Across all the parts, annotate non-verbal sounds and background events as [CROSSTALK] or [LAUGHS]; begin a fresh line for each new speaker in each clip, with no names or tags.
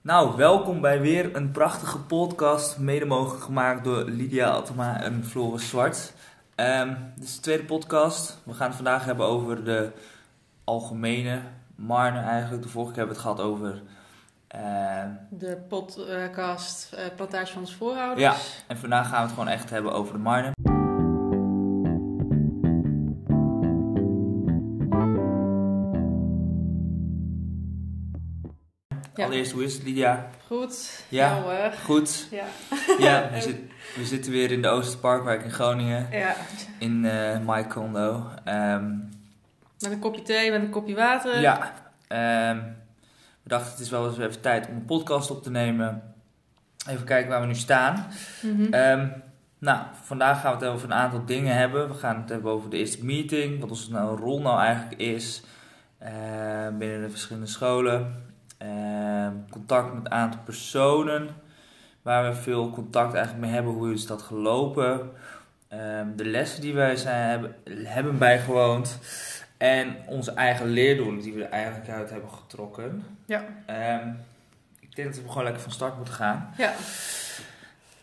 Nou, welkom bij weer een prachtige podcast, mede mogelijk gemaakt door Lydia Altema en Floris Zwart. Ehm, dit is de tweede podcast. We gaan het vandaag hebben over de algemene Marne eigenlijk. De vorige keer hebben we het gehad over... ehm,
De podcast eh Plantage van onze voorouders.
ja, en vandaag gaan we het gewoon echt hebben over de Marne.
Ja.
Allereerst, hoe is het Lydia?
Goed.
Ja.
Nou, eh,
Goed.
Ja.
Ja, we, zit- we zitten weer in de Oosterparkwijk in Groningen.
ja.
In eh my condo. Ehm,
Met een kopje thee, met een kopje water.
ja, ehm, we dachten het is wel eens even tijd om een podcast op te nemen. Even kijken waar we nu staan.
Mhm.
Ehm, nou, vandaag gaan we het over een aantal dingen hebben. We gaan het hebben over de eerste meeting. Wat onze nou, rol nou eigenlijk is eh, binnen de verschillende scholen. Ehm, contact met een aantal personen. Waar we veel contact eigenlijk mee hebben. Hoe is dat gelopen? Ehm, de lessen die wij zijn, hebben, hebben bijgewoond. En onze eigen leerdoelen die we er eigenlijk uit hebben getrokken.
Ja.
Ehm, ik denk dat we gewoon lekker van start moeten gaan.
ja.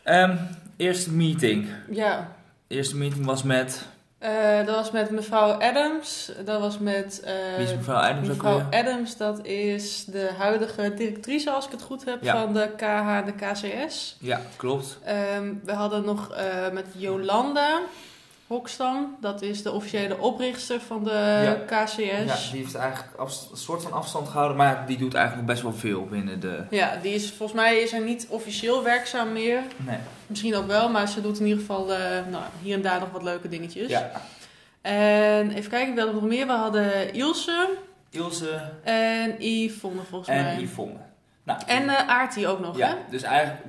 Ehm, eerste meeting.
Ja.
eerste meeting was met.
Eh, dat was met mevrouw Adams. Dat was met... eh,
Wie is mevrouw Adams ook
mevrouw
alweer?
Adams, dat is de huidige directrice, als ik het goed heb,
Ja.
van de KH en de KCS.
Ja, klopt.
Ehm, we hadden nog eh, met Jolanda Hokstam. Dat is de officiële oprichter van de
Ja.
KCS.
Ja, die heeft eigenlijk afs- een soort van afstand gehouden, maar die doet eigenlijk nog best wel veel binnen de.
Ja, die is volgens mij is hij niet officieel werkzaam meer.
Nee.
Misschien ook wel, maar ze doet in ieder geval eh, nou, hier en daar nog wat leuke dingetjes.
Ja.
En even kijken, we hadden nog meer. We hadden Ilse
Ilse
en Yvonne volgens
en
mij.
Yvonne. Nou,
En eh, Aartie ook nog, hè?
ja, dus eigenlijk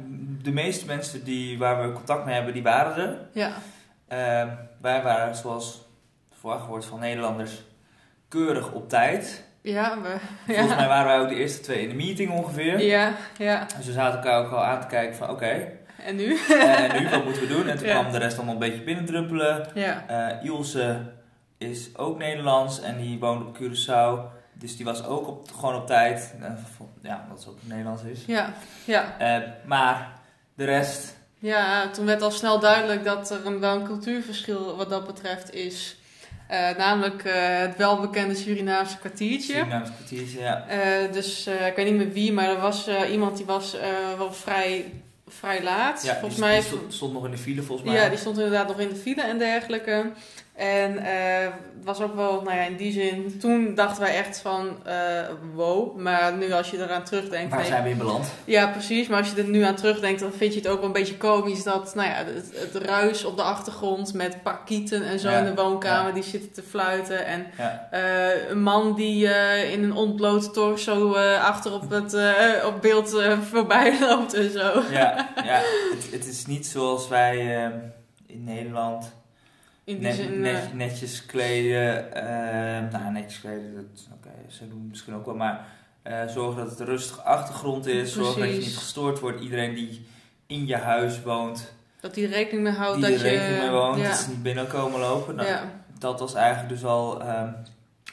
de meeste mensen die, waar we contact mee hebben, die waren er.
Ja.
Ehm, wij waren, zoals verwacht wordt van Nederlanders, keurig op tijd.
[LAUGHS] Ja, we,
Volgens mij
ja.
waren wij ook de eerste twee in de meeting ongeveer.
ja, ja.
Dus we zaten elkaar ook al aan te kijken van oké,
En nu?
en nu wat moeten we doen? En toen
Ja.
kwam de rest allemaal een beetje binnendruppelen.
Ja.
Eh, Ilse is ook Nederlands en die woont op Curaçao. Dus die was ook op, gewoon op tijd. Eh, vo- ja, omdat ze ook Nederlands is.
Ja, ja.
Eh, maar de rest,
Ja, toen werd al snel duidelijk dat er een, wel een cultuurverschil wat dat betreft is. Eh, namelijk eh, het welbekende Surinaamse kwartiertje.
Surinaams kwartiertje, ja.
Eh, dus eh, ik weet niet meer wie, maar er was eh, iemand die was eh, wel vrij, vrij laat.
ja
volgens
die,
mij
die stond, stond nog in de file volgens mij.
ja, die stond inderdaad nog in de file en dergelijke. En eh, het was ook wel, nou ja, in die zin, toen dachten wij echt van, eh, wow. Maar nu als je eraan terugdenkt,
Waar
nee,
zijn we in
[LAUGHS]
beland?
ja, precies. Maar als je er nu aan terugdenkt, dan vind je het ook wel een beetje komisch dat nou ja, het, het ruis op de achtergrond met pakieten en zo
Ja,
in de woonkamer
ja.
die zitten te fluiten. En
Ja.
eh, een man die eh, in een ontbloot torso eh, achter op het eh, op beeld eh, voorbij [LAUGHS] loopt en zo.
Ja, ja. Het, het is niet zoals wij ehm, in Nederland
In die
net-
zin. eh,
net- netjes kleden. ehm, nou, netjes kleden, dat oké, ze doen het misschien ook wel, maar eh, zorg dat het een rustige achtergrond is. Zorg dat je
Precies.
niet gestoord wordt. Iedereen die in je huis woont,
dat hij er rekening mee houdt
die
dat
er rekening
je.
mee woont,
ja,
dat ze niet binnenkomen lopen. Nou,
ja.
Dat was eigenlijk dus al, ehm,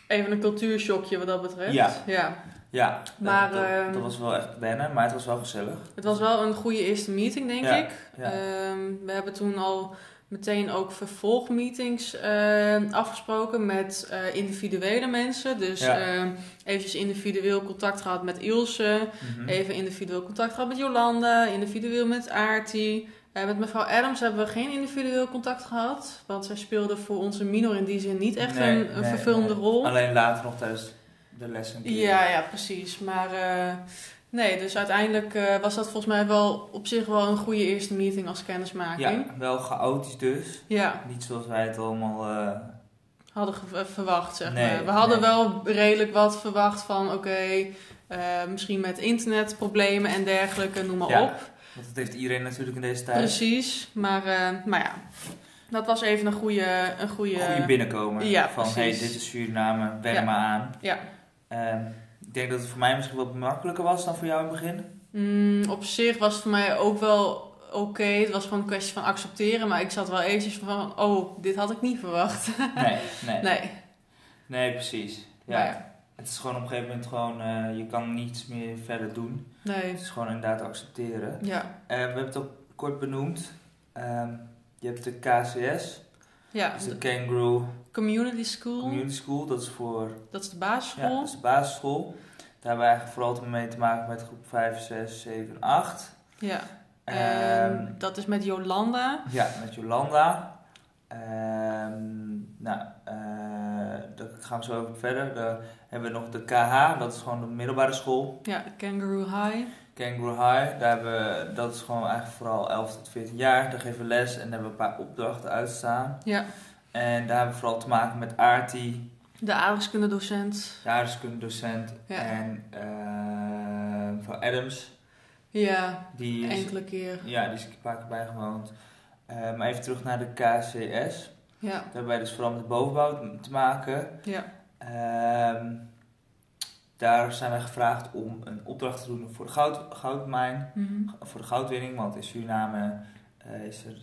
Even een cultuurshockje wat dat betreft.
Ja.
ja.
ja, dat-
Maar,
dat,
ehm,
dat was wel echt wennen, maar het was wel gezellig.
Het was wel een goede eerste meeting, denk
Ja,
ik.
ja.
Ehm, we hebben toen al meteen ook vervolgmeetings ehm, afgesproken met eh, individuele mensen. Dus
Ja.
ehm, eventjes individueel contact gehad met Ilse.
Mhm.
Even individueel contact gehad met Jolanda. Individueel met Aarti. Eh, met mevrouw Adams hebben we geen individueel contact gehad. Want zij speelde voor onze minor in die zin niet echt
Nee,
een, een
nee,
vervullende
nee.
rol.
Alleen later nog tijdens de lessen.
Ja, ja, precies. Maar eh, nee, dus uiteindelijk eh, was dat volgens mij wel op zich wel een goede eerste meeting als kennismaking.
ja, wel chaotisch dus.
Ja,
Niet zoals wij het allemaal. eh,
hadden ge- eh, verwacht, zeg
Nee,
maar. We hadden
nee.
wel redelijk wat verwacht van, oké, eh, misschien met internetproblemen en dergelijke, noem maar
Ja,
op.
want dat heeft iedereen natuurlijk in deze tijd.
Precies, maar, eh, maar ja, dat was even een goede... Een goede,
Goede binnenkomen.
eh, Ja,
van hey,
precies.
dit is Suriname, wen
Ja.
maar aan.
Ja.
Ehm, ik denk dat het voor mij misschien wat makkelijker was dan voor jou in het
[LAUGHS]
begin.
Mm, op zich was het voor mij ook wel oké. Het was gewoon een kwestie van accepteren, maar ik zat wel eventjes van, oh, dit had ik niet verwacht. [LAUGHS]
Nee, nee. nee.
Nee,
precies. Ja.
Maar Nou ja.
Het is gewoon op een gegeven moment gewoon, eh, je kan niets meer verder doen.
Nee.
Het is gewoon inderdaad accepteren.
Ja.
Eh, we hebben het ook kort benoemd. Ehm, je hebt de KCS,
Ja.
dus de
de
Kangaroo
community school.
Community School. Dat is voor
Dat is de
ja,
basisschool.
dat is de basisschool. Daar hebben we eigenlijk vooral mee te maken met groep 5, 6, 7, 8.
Ja.
Ehm,
En dat is met Jolanda.
Ja, met Jolanda. Ehm, nou, eh, daar gaan we zo even verder. Dan hebben we nog de KH, dat is gewoon de middelbare school.
Ja, Kangaroo High.
Kangaroo High, daar hebben we, dat is gewoon eigenlijk vooral 11 tot 14 jaar. Daar geven we les en daar hebben we een paar opdrachten uitstaan.
Ja.
En daar hebben we vooral te maken met Aarti,
De aardrijkskundedocent.
jaarskundedocent
Ja.
en eh, mevrouw Adams.
Ja,
Die is,
enkele keer.
ja, die is een paar keer bijgewoond. Eh, maar even terug naar de KCS.
Ja,
Daarbij dus vooral met de bovenbouw te maken.
ja,
Ehm, daar zijn wij gevraagd om een opdracht te doen voor de goud, goudmijn,
mhm,
voor de goudwinning. Want in Suriname eh, is er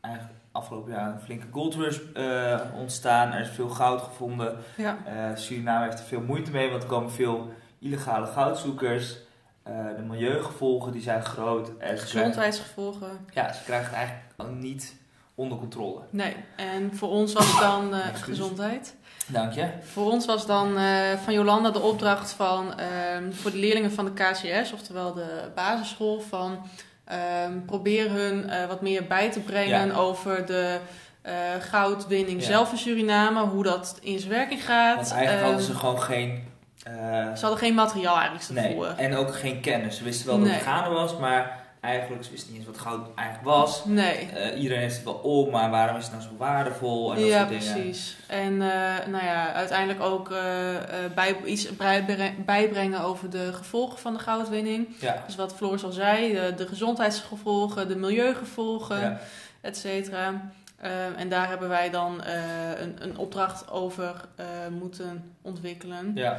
eigenlijk afgelopen jaar een flinke goldrush eh, ontstaan. Er is veel goud gevonden.
ja,
Eh, Suriname heeft er veel moeite mee, want er komen veel illegale goudzoekers. Eh, de milieugevolgen die zijn groot. En ze krijgen-
gezondheidsgevolgen.
ja, ze krijgen het eigenlijk niet onder controle.
Nee, en voor ons was het dan eh,
Excuus.
gezondheid.
Dank je.
Voor ons was dan eh, van Jolanda de opdracht van, ehm, voor de leerlingen van de KCS, oftewel de basisschool, van ehm, probeer hun eh, wat meer bij te brengen
Ja.
over de eh, goudwinning
Ja.
zelf in Suriname, hoe dat in zijn werking gaat.
Want eigenlijk hadden ze
Ehm,
gewoon geen. eh,
ze hadden geen materiaal eigenlijk
nee,
ervoor.
en ook geen kennis. Ze wisten wel dat het
Nee.
gaande was, maar eigenlijk ze wisten niet eens wat goud eigenlijk was.
nee.
Eh, iedereen is het wel om, maar waarom is het nou zo waardevol? En dat
Ja,
soort dingen.
precies. En eh, nou ja, uiteindelijk ook eh, eh, bij, iets bijbre- bijbrengen over de gevolgen van de goudwinning.
Ja.
Dus wat Floris al zei, de, de gezondheidsgevolgen, de milieugevolgen,
ja.
et cetera. Eh, en daar hebben wij dan eh, een, een opdracht over eh, moeten ontwikkelen.
ja.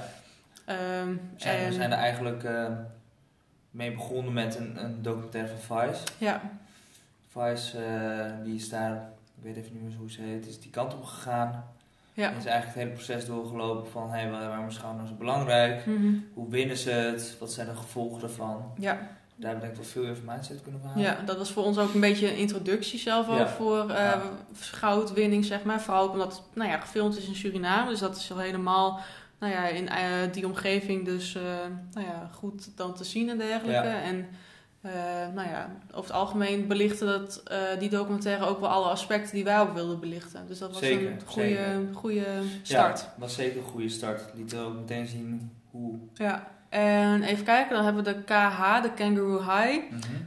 Ehm,
We zijn, we
en-
zijn er eigenlijk eh, mee begonnen met een, een documentaire van Vice.
Ja,
Vice, eh, die is daar, ik weet even niet meer hoe ze heet, is die kant op gegaan.
ja.
En is eigenlijk het hele proces doorgelopen van hey, waar- waarom is goud nou zo belangrijk?
Mhm.
Hoe winnen ze het? Wat zijn de gevolgen daarvan?
ja.
Daar heb ik wel veel informatie uit kunnen halen.
Ja, Ehm, dat was voor ons ook een beetje een introductie zelf ook
Ja.
voor eh,
Ja.
goudwinning, zeg maar. Vooral ook omdat het nou ja, gefilmd is in Suriname. Dus dat is al helemaal nou ja, in eh, die omgeving dus eh, nou ja, goed dan te zien en dergelijke.
Ja.
En eh, nou ja, over het algemeen belichtte dat, eh, die documentaire ook wel alle aspecten die wij ook wilden belichten. Dus dat was
Zeker,
een goede,
zeker.
goede start.
Ja, was zeker een goede start. Het Liet ook meteen zien hoe.
Ja. En even kijken, dan hebben we de KH, de Kangaroo High.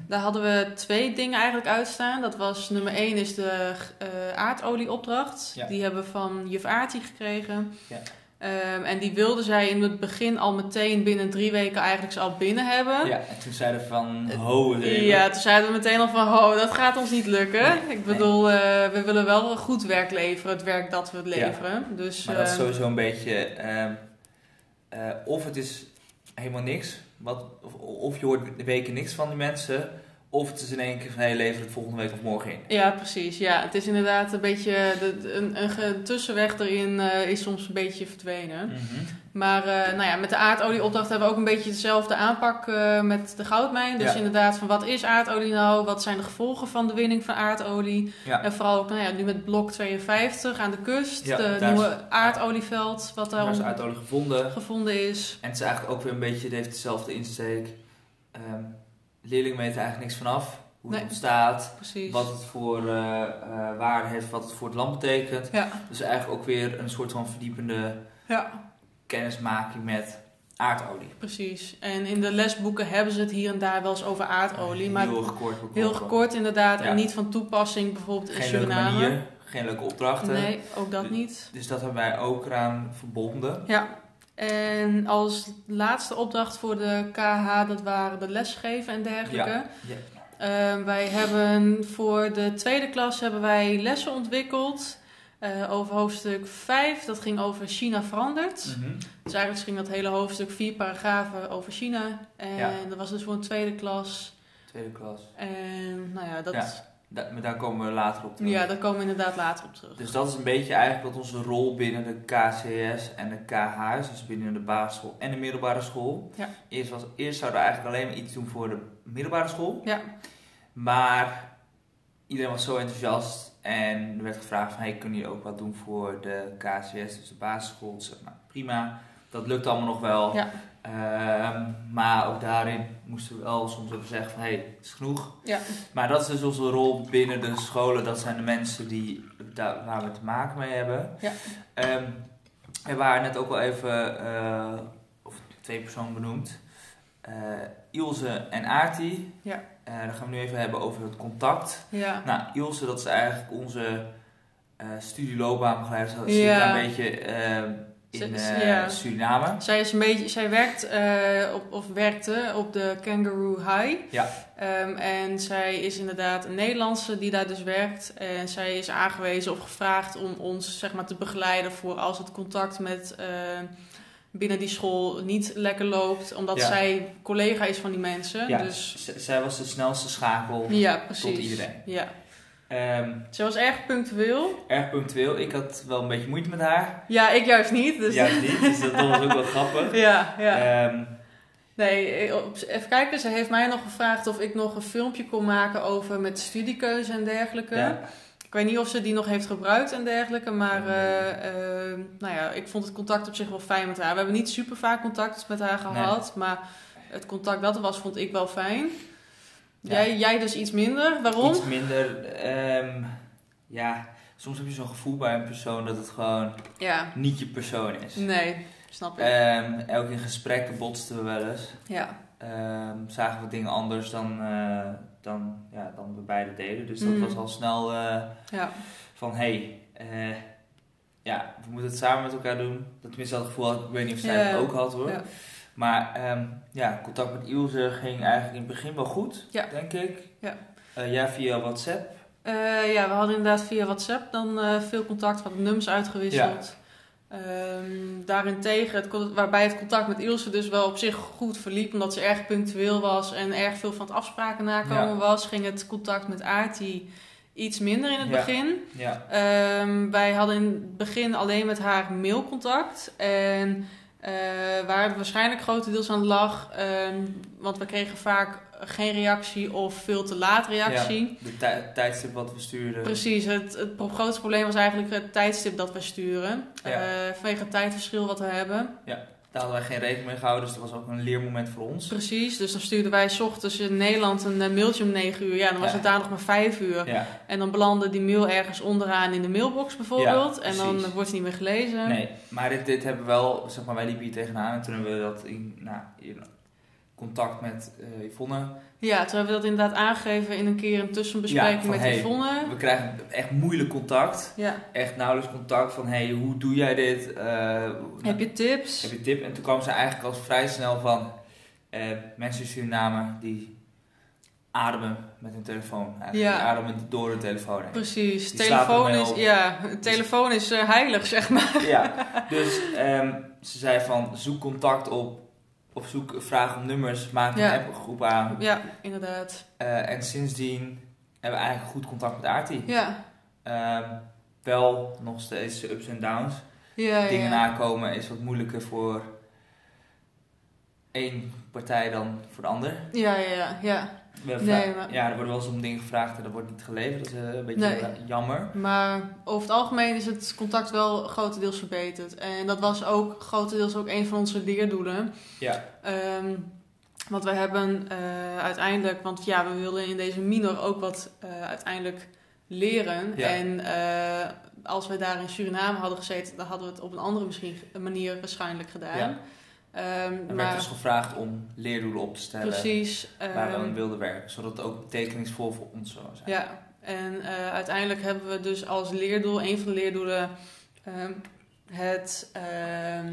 Daar hadden we twee dingen eigenlijk uitstaan. Dat was nummer één is de eh, aardolieopdracht.
Ja.
Die hebben we van juf Aartie gekregen.
Ja.
Ehm, en die wilde zij in het begin al meteen binnen drie weken eigenlijk ze al binnen hebben.
Ja, en toen zeiden we van ho. even.
Ja, toen zeiden we meteen al van, oh, dat gaat ons niet lukken. Ik bedoel, eh, we willen wel goed werk leveren, het werk dat we
Ja.
het leveren. Dus,
Maar dat is
eh,
sowieso een beetje. ehm, eh, of het is helemaal niks. Wat, of, of je hoort de weken niks van die mensen. Of het is in één keer van hey, lever het volgende week of morgen in.
Ja, precies. Ja, het is inderdaad een beetje, de- de- een, een ge- tussenweg erin eh, is soms een beetje verdwenen.
Mhm.
Maar eh, nou ja, met de aardolieopdracht hebben we ook een beetje dezelfde aanpak eh, met de goudmijn. Dus
Ja.
inderdaad, van wat is aardolie nou? Wat zijn de gevolgen van de winning van aardolie?
Ja.
En vooral ook nou ja, nu met blok 52 aan de kust.
Ja,
de
daar is-
nieuwe aardolieveld wat
Daar
daar
is uitolie gevonden.
gevonden is.
En het is eigenlijk ook weer een beetje, het heeft dezelfde insteek. Ehm leerlingen weten eigenlijk niks vanaf. Hoe
Nee.
het ontstaat.
Precies.
wat het voor eh, eh, waarde heeft, wat het voor het land betekent.
Ja.
Dus eigenlijk ook weer een soort van verdiepende
Ja,
kennismaking met aardolie.
precies. En in de lesboeken hebben ze het hier en daar wel eens over aardolie. Maar
heel gekort. bekort.
heel gekort inderdaad.
Ja.
En niet van toepassing bijvoorbeeld in
Geen leuke
Suriname.
manier, geen leuke opdrachten.
Nee, ook dat
Dus-
niet.
Dus dat hebben wij ook eraan verbonden.
Ja, en als laatste opdracht voor de KH, dat waren de lesgeven en dergelijke.
Ja.
Ehm, wij hebben voor de tweede klas hebben wij lessen ontwikkeld eh, over hoofdstuk 5. Dat ging over China verandert.
Mhm.
Dus eigenlijk ging dat hele hoofdstuk vier paragrafen over China. En
Ja.
dat was dus voor een tweede klas.
Tweede klas.
En nou ja, dat
Ja. Da- maar daar komen we later op terug.
Ja, daar komen we inderdaad later op terug.
Dus dat is een beetje eigenlijk wat onze rol binnen de KCS en de KHS, dus binnen de basisschool en de middelbare school.
Ja.
Eerst, was, eerst zouden we eigenlijk alleen maar iets doen voor de middelbare school.
Ja.
Maar iedereen was zo enthousiast en er werd gevraagd van, hey, kunnen jullie ook wat doen voor de KCS, dus de basisschool? Dus, nou, prima, dat lukt allemaal nog wel.
Ja.
Ehm, maar ook daarin moesten we wel soms even zeggen van, hey, het is genoeg.
Ja,
Maar dat is dus onze rol binnen de scholen. Dat zijn de mensen die, daar, waar we te maken mee hebben.
Ja.
Ehm, er waren net ook al even eh, of twee personen benoemd. Eh, Ilse en Aarti.
Ja.
Eh, dan gaan we nu even hebben over het contact.
ja.
Nou, Ilse, dat is eigenlijk onze eh studieloopbaanbegeleider. Ze zit
Ja.
daar een beetje eh, in
Ze- ze-
eh,
ja.
Suriname.
Zij, is een beetje, zij werkt eh, op, of werkte op de Kangaroo High.
Ja.
Ehm, en zij is inderdaad een Nederlandse die daar dus werkt. En zij is aangewezen of gevraagd om ons zeg maar, te begeleiden voor als het contact met eh, binnen die school niet lekker loopt. Omdat
Ja.
zij collega is van die mensen.
Ja.
Dus
Z- zij was de snelste schakel
ja, precies.
tot iedereen.
Ja.
Ehm,
Ze was erg punctueel.
erg punctueel. Ik had wel een beetje moeite met haar.
Ja, ik juist niet. Dus
Ja, niet. Dus
[LAUGHS]
dat, dat was ook wel grappig.
ja, ja.
Ehm,
Nee, eh, op- even kijken. Ze heeft mij nog gevraagd of ik nog een filmpje kon maken over met studiekeuze en dergelijke.
ja.
Ik weet niet of ze die nog heeft gebruikt en dergelijke. Maar
Nee.
eh, eh, nou ja, ik vond het contact op zich wel fijn met haar. We hebben niet super vaak contact met haar gehad. Maar het contact dat er was, vond ik wel fijn.
Ja.
Jij, jij dus iets minder. Waarom?
Iets minder. ehm, ja, soms heb je zo'n gevoel bij een persoon dat het gewoon
Ja,
niet je persoon is.
nee. Snap ik.
Ehm, en ook in gesprekken botsten we wel eens.
ja.
Ehm, zagen we dingen anders dan, eh, dan, ja, dan we beide deden. Dus dat
Mm.
was al snel eh,
Ja.
van hé. eh, ja, we moeten het samen met elkaar doen. Dat tenminste dat gevoel had ik. Ik weet niet of zij
Ja.
het ook had hoor.
Ja.
Maar ehm, ja, contact met Ilse ging eigenlijk in het begin wel goed,
Ja.
denk ik.
Ja.
Eh, ja, via WhatsApp.
Eh, ja, we hadden inderdaad via WhatsApp dan eh, veel contact, wat nummers uitgewisseld. Ehm, daarentegen, het, con- waarbij het contact met Ilse dus wel op zich goed verliep, omdat ze erg punctueel was en erg veel van het afspraken nakomen
Ja.
was, ging het contact met Aarti iets minder in het
Ja.
begin.
Ja.
Ehm, wij hadden in het begin alleen met haar mailcontact. En eh, waar het waarschijnlijk grotendeels aan lag, ehm, want we kregen vaak geen reactie of veel te laat reactie.
De tij- tijdstip wat we stuurden.
Precies, het, het pro- grootste probleem was eigenlijk het tijdstip dat wij sturen.
Ja.
Eh, vanwege het tijdverschil wat we hebben.
Daar hadden wij geen rekening mee gehouden, dus dat was ook een leermoment voor ons.
Precies, dus dan stuurden wij 's ochtends in Nederland een eh, mailtje om 9 uur. Ja, dan was
Ja.
het daar nog maar 5 uur.
Ja,
En dan belandde die mail ergens onderaan in de mailbox bijvoorbeeld. en dan
precies.
eh, wordt het niet meer gelezen.
nee. Maar dit, dit hebben we wel, zeg maar, wij liepen hier tegenaan en toen hebben we dat in, nou, in contact met eh, Yvonne.
Ja, toen hebben we dat inderdaad aangegeven in een keer een
Ja,
tussenbespreking
van,
met
hey.
Yvonne.
We krijgen echt moeilijk contact.
Ja.
Echt nauwelijks contact van, hey, hoe doe jij dit? Eh,
Heb je tips?
heb je tip? En toen kwam ze eigenlijk al vrij snel van eh, mensen in Suriname die ademen met hun telefoon. Eigenlijk.
Ja.
Die ademen door de telefoon heen.
Precies,
Die
telefoon
slaat
is,
ermee op.
ja, telefoon is eh, heilig, zeg maar.
Ja. Dus ehm, ze zei van zoek contact op of zoek vraag om nummers, maak een
Ja.
appgroep aan.
Ja, inderdaad.
Eh, en sindsdien hebben we eigenlijk goed contact met Aarti.
Ja,
Ehm, wel nog steeds ups en downs.
ja, ja.
Dingen
ja.
nakomen is wat moeilijker voor één partij dan voor de ander.
Ja, ja, ja, ja.
We hebben
Nee,
vaak-
maar-
Ja, er wordt wel eens om dingen gevraagd en dat wordt niet geleverd. Dat is eh, een beetje
Nee.
eh, jammer.
Maar over het algemeen is het contact wel grotendeels verbeterd. En dat was ook grotendeels ook een van onze leerdoelen.
Ja.
Ehm, want wij hebben eh, uiteindelijk, want ja, we wilden in deze minor ook wat eh, uiteindelijk leren.
Ja.
En eh, als wij daar in Suriname hadden gezeten, dan hadden we het op een andere misschien, manier waarschijnlijk gedaan.
Ja.
Ehm,
Er werd
maar
dus gevraagd om leerdoelen op te stellen
precies.
waar we
ehm,
aan wilden werken. Zodat het ook betekenisvol voor ons zou zijn.
Ja, en eh, uiteindelijk hebben we dus als leerdoel, een van de leerdoelen, ehm, het. ehm,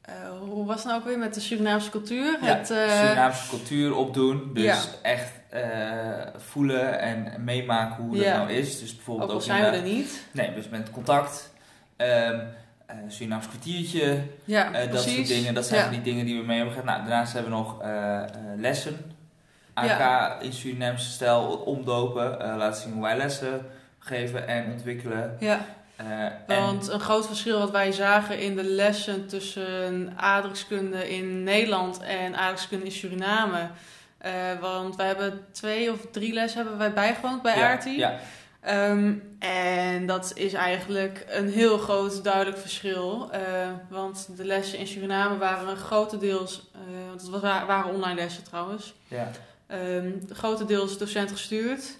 eh, hoe was het nou ook weer met de Surinaamse cultuur?
Ja,
het, eh,
Surinaamse cultuur opdoen. Dus echt eh, voelen en meemaken hoe dat
Ja.
nou is. Dus
ook
bijvoorbeeld
al
ook,
zijn we er niet.
inderdaad- Nee, dus met contact. ehm eh, Surinaams kwartiertje.
Ja,
eh, dat
precies.
soort dingen. Dat zijn
ja.
die dingen die we mee hebben gedaan. Nou, daarnaast hebben we nog eh, eh, lessen. AK
Ja.
in Surinaamse stijl omdopen, eh, laten zien hoe wij lessen geven en ontwikkelen.
Ja,
Eh, en,
want een groot verschil wat wij zagen in de lessen tussen aardrijkskunde in Nederland en aardrijkskunde in Suriname. eh, want wij hebben twee of drie lessen hebben wij bijgewoond bij
ja,
ARTI.
Ja,
Ehm, en dat is eigenlijk een heel groot duidelijk verschil. eh, want de lessen in Suriname waren grotendeels, eh, want het was- waren online lessen trouwens,
ja.
ehm, grotendeels docent gestuurd.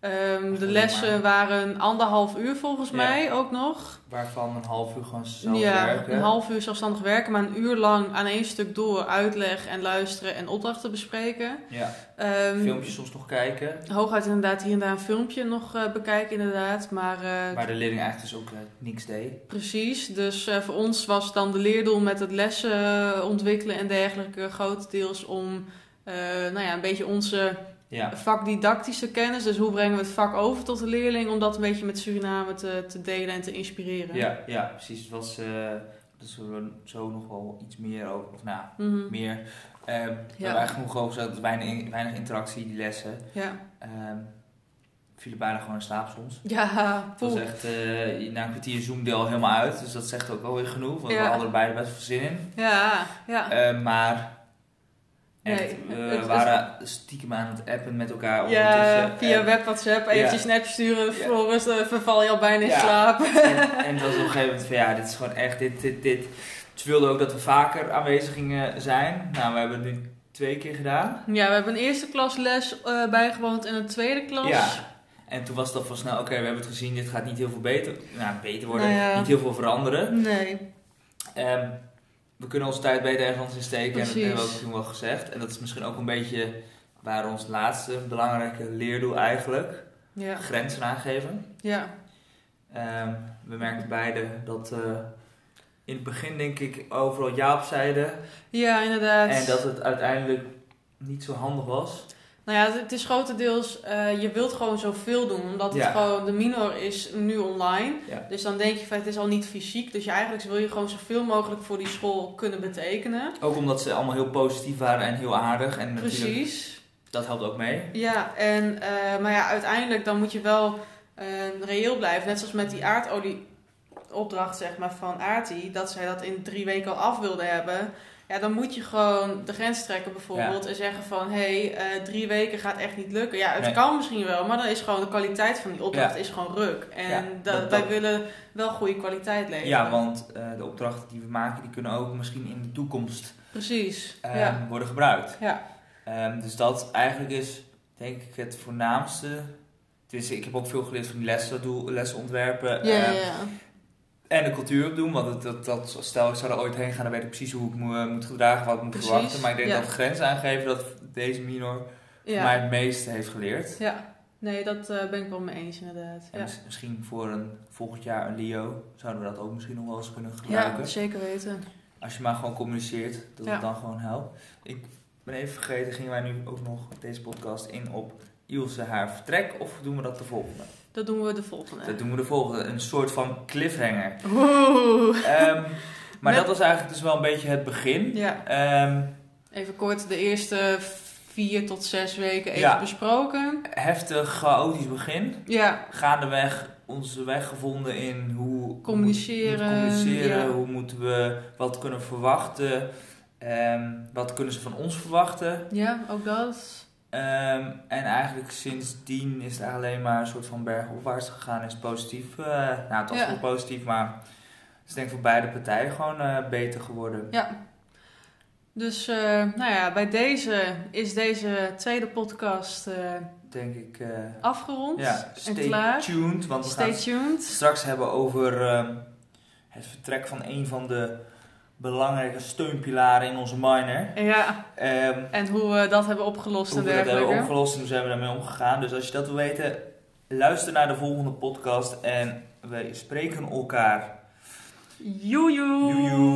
Ehm, de
Alleen
lessen
maar.
waren anderhalf uur volgens
Ja.
mij ook nog.
Waarvan een half uur gewoon zelf
ja,
werken.
een half uur zelfstandig werken, maar een uur lang aan één stuk door uitleg en luisteren en opdrachten bespreken.
Ja,
Ehm,
filmpjes soms nog kijken.
Hooguit inderdaad hier en daar een filmpje nog eh, bekijken inderdaad, maar eh,
Waar de leerling eigenlijk dus ook eh, niks deed.
Precies, dus eh, voor ons was dan de leerdoel met het lessen eh, ontwikkelen en dergelijke grotendeels om eh, nou ja, een beetje onze
Ja,
vakdidactische kennis, dus hoe brengen we het vak over tot de leerling, om dat een beetje met Suriname te, te delen en te inspireren.
ja, ja precies. Het was, eh daar zullen we zo nog wel iets meer over, of nou,
Mhm,
meer. Eh, We hebben eigenlijk genoeg over gezegd, weinig, weinig interactie in die lessen.
ja.
Ehm vielen bijna gewoon in slaap soms.
ja
Het was
poeh.
echt, eh, na een kwartier zoomde al helemaal uit, dus dat zegt ook wel weer genoeg, want we
Ja.
hadden er beide best veel zin in.
Ja, ja.
Eh, maar echt,
Nee,
we
het- het-
waren stiekem aan het appen met elkaar
ja,
ondertussen.
via
eh, En-
web WhatsApp, eventjes een appje sturen,
Ja.
vervolgens eh, verval je al bijna in
Ja.
slaap.
En, en het was op een gegeven moment van ja, dit is gewoon echt, dit, dit, dit. Ze wilden ook dat we vaker aanwezig gingen zijn. Nou, we hebben het nu twee keer gedaan.
[LAUGHS] Ja, we hebben een eerste klas les eh, bijgewoond en een tweede klas.
Ja. En toen was het al van snel, oké, we hebben het gezien, dit gaat niet heel veel beter, nou, beter worden,
Nou ja.
niet heel veel veranderen.
Nee.
Ehm, we kunnen onze tijd beter ergens anders in steken en dat
Precies.
hebben we ook toen wel gezegd. En dat is misschien ook een beetje waar ons laatste belangrijke leerdoel eigenlijk,
Ja,
grenzen aangeven.
ja.
Ehm, we merkten beide dat eh, in het begin denk ik overal ja op zeiden.
Ja, inderdaad.
En dat het uiteindelijk niet zo handig was.
Nou ja, het- het is grotendeels, eh, je wilt gewoon zoveel doen, omdat het
Ja.
gewoon, de minor is nu online.
Ja.
Dus dan denk je van het is al niet fysiek, dus je eigenlijk wil je gewoon zoveel mogelijk voor die school kunnen betekenen.
Ook omdat ze allemaal heel positief waren en heel aardig. En natuurlijk,
Precies.
dat helpt ook mee.
Ja, en, eh, maar ja, uiteindelijk dan moet je wel eh, reëel blijven. Net zoals met die aardolieopdracht zeg maar, van Aarti, dat zij dat in drie weken al af wilden hebben. Ja, dan moet je gewoon de grens trekken bijvoorbeeld en zeggen van... hé, hey, eh, drie weken gaat echt niet lukken. Ja, het
Nee.
kan misschien wel, maar dan is gewoon de kwaliteit van die opdracht
Ja.
is gewoon ruk. En
Ja,
da-
dat-
wij
dat-
willen wel goede kwaliteit leveren.
Ja, want eh, de opdrachten die we maken, die kunnen ook misschien in de toekomst
Precies,
eh,
ja.
worden gebruikt.
Ja.
Ehm, dus dat eigenlijk is, denk ik, het voornaamste. Dus ik heb ook veel geleerd van die lessen, doel- lessen ontwerpen.
Ja, ja,
ehm,
ja.
En de cultuur opdoen, want dat, dat, dat- stel ik zou er ooit heen gaan, dan weet ik precies hoe ik me moet gedragen, wat ik moet
Precies,
verwachten. Maar ik denk
ja.
dat grenzen aangeven, dat deze minor
Ja.
mij het meeste heeft geleerd.
Ja. nee, dat eh, ben ik wel mee eens inderdaad.
En
Ja.
mis- misschien voor een volgend jaar een Leo zouden we dat ook misschien nog wel eens kunnen gebruiken.
ja, zeker weten.
Als je maar gewoon communiceert, dat
Ja.
het dan gewoon helpt. Ik ben even vergeten, gingen wij nu ook nog deze podcast in op Ilse haar vertrek of doen we dat de volgende?
Dat doen we de volgende.
Dat doen we de volgende, een soort van cliffhanger.
Oeh. [LAUGHS]
Ehm, maar
Met-
dat was eigenlijk dus wel een beetje het begin.
Ja,
Ehm,
even kort de eerste vier tot zes weken even
Ja.
besproken.
heftig, chaotisch begin.
Ja,
Gaandeweg onze weg gevonden in hoe
Communiceren,
moet- moet communiceren
ja.
hoe moeten we wat kunnen verwachten, ehm, wat kunnen ze van ons verwachten.
ja, ook dat.
Ehm, en eigenlijk sindsdien is het alleen maar een soort van bergopwaarts gegaan. Is het positief, eh, nou het was
Ja.
wel positief, maar het is denk ik voor beide partijen gewoon eh, beter geworden.
Dus eh, nou ja, bij deze is deze tweede podcast eh,
Denk ik. eh,
afgerond
ja,
en
stay
klaar.
tuned, want we gaan
Stay tuned.
straks hebben over ehm, het vertrek van een van de belangrijke steunpilaren in onze minor.
Ja,
Ehm,
en hoe we dat hebben opgelost
hoe
en
we dat hebben
dergelijke.
opgelost en hoe zijn we daarmee omgegaan. Dus als je dat wil weten, luister naar de volgende podcast en we spreken elkaar.
Joejoe.
Joejoe.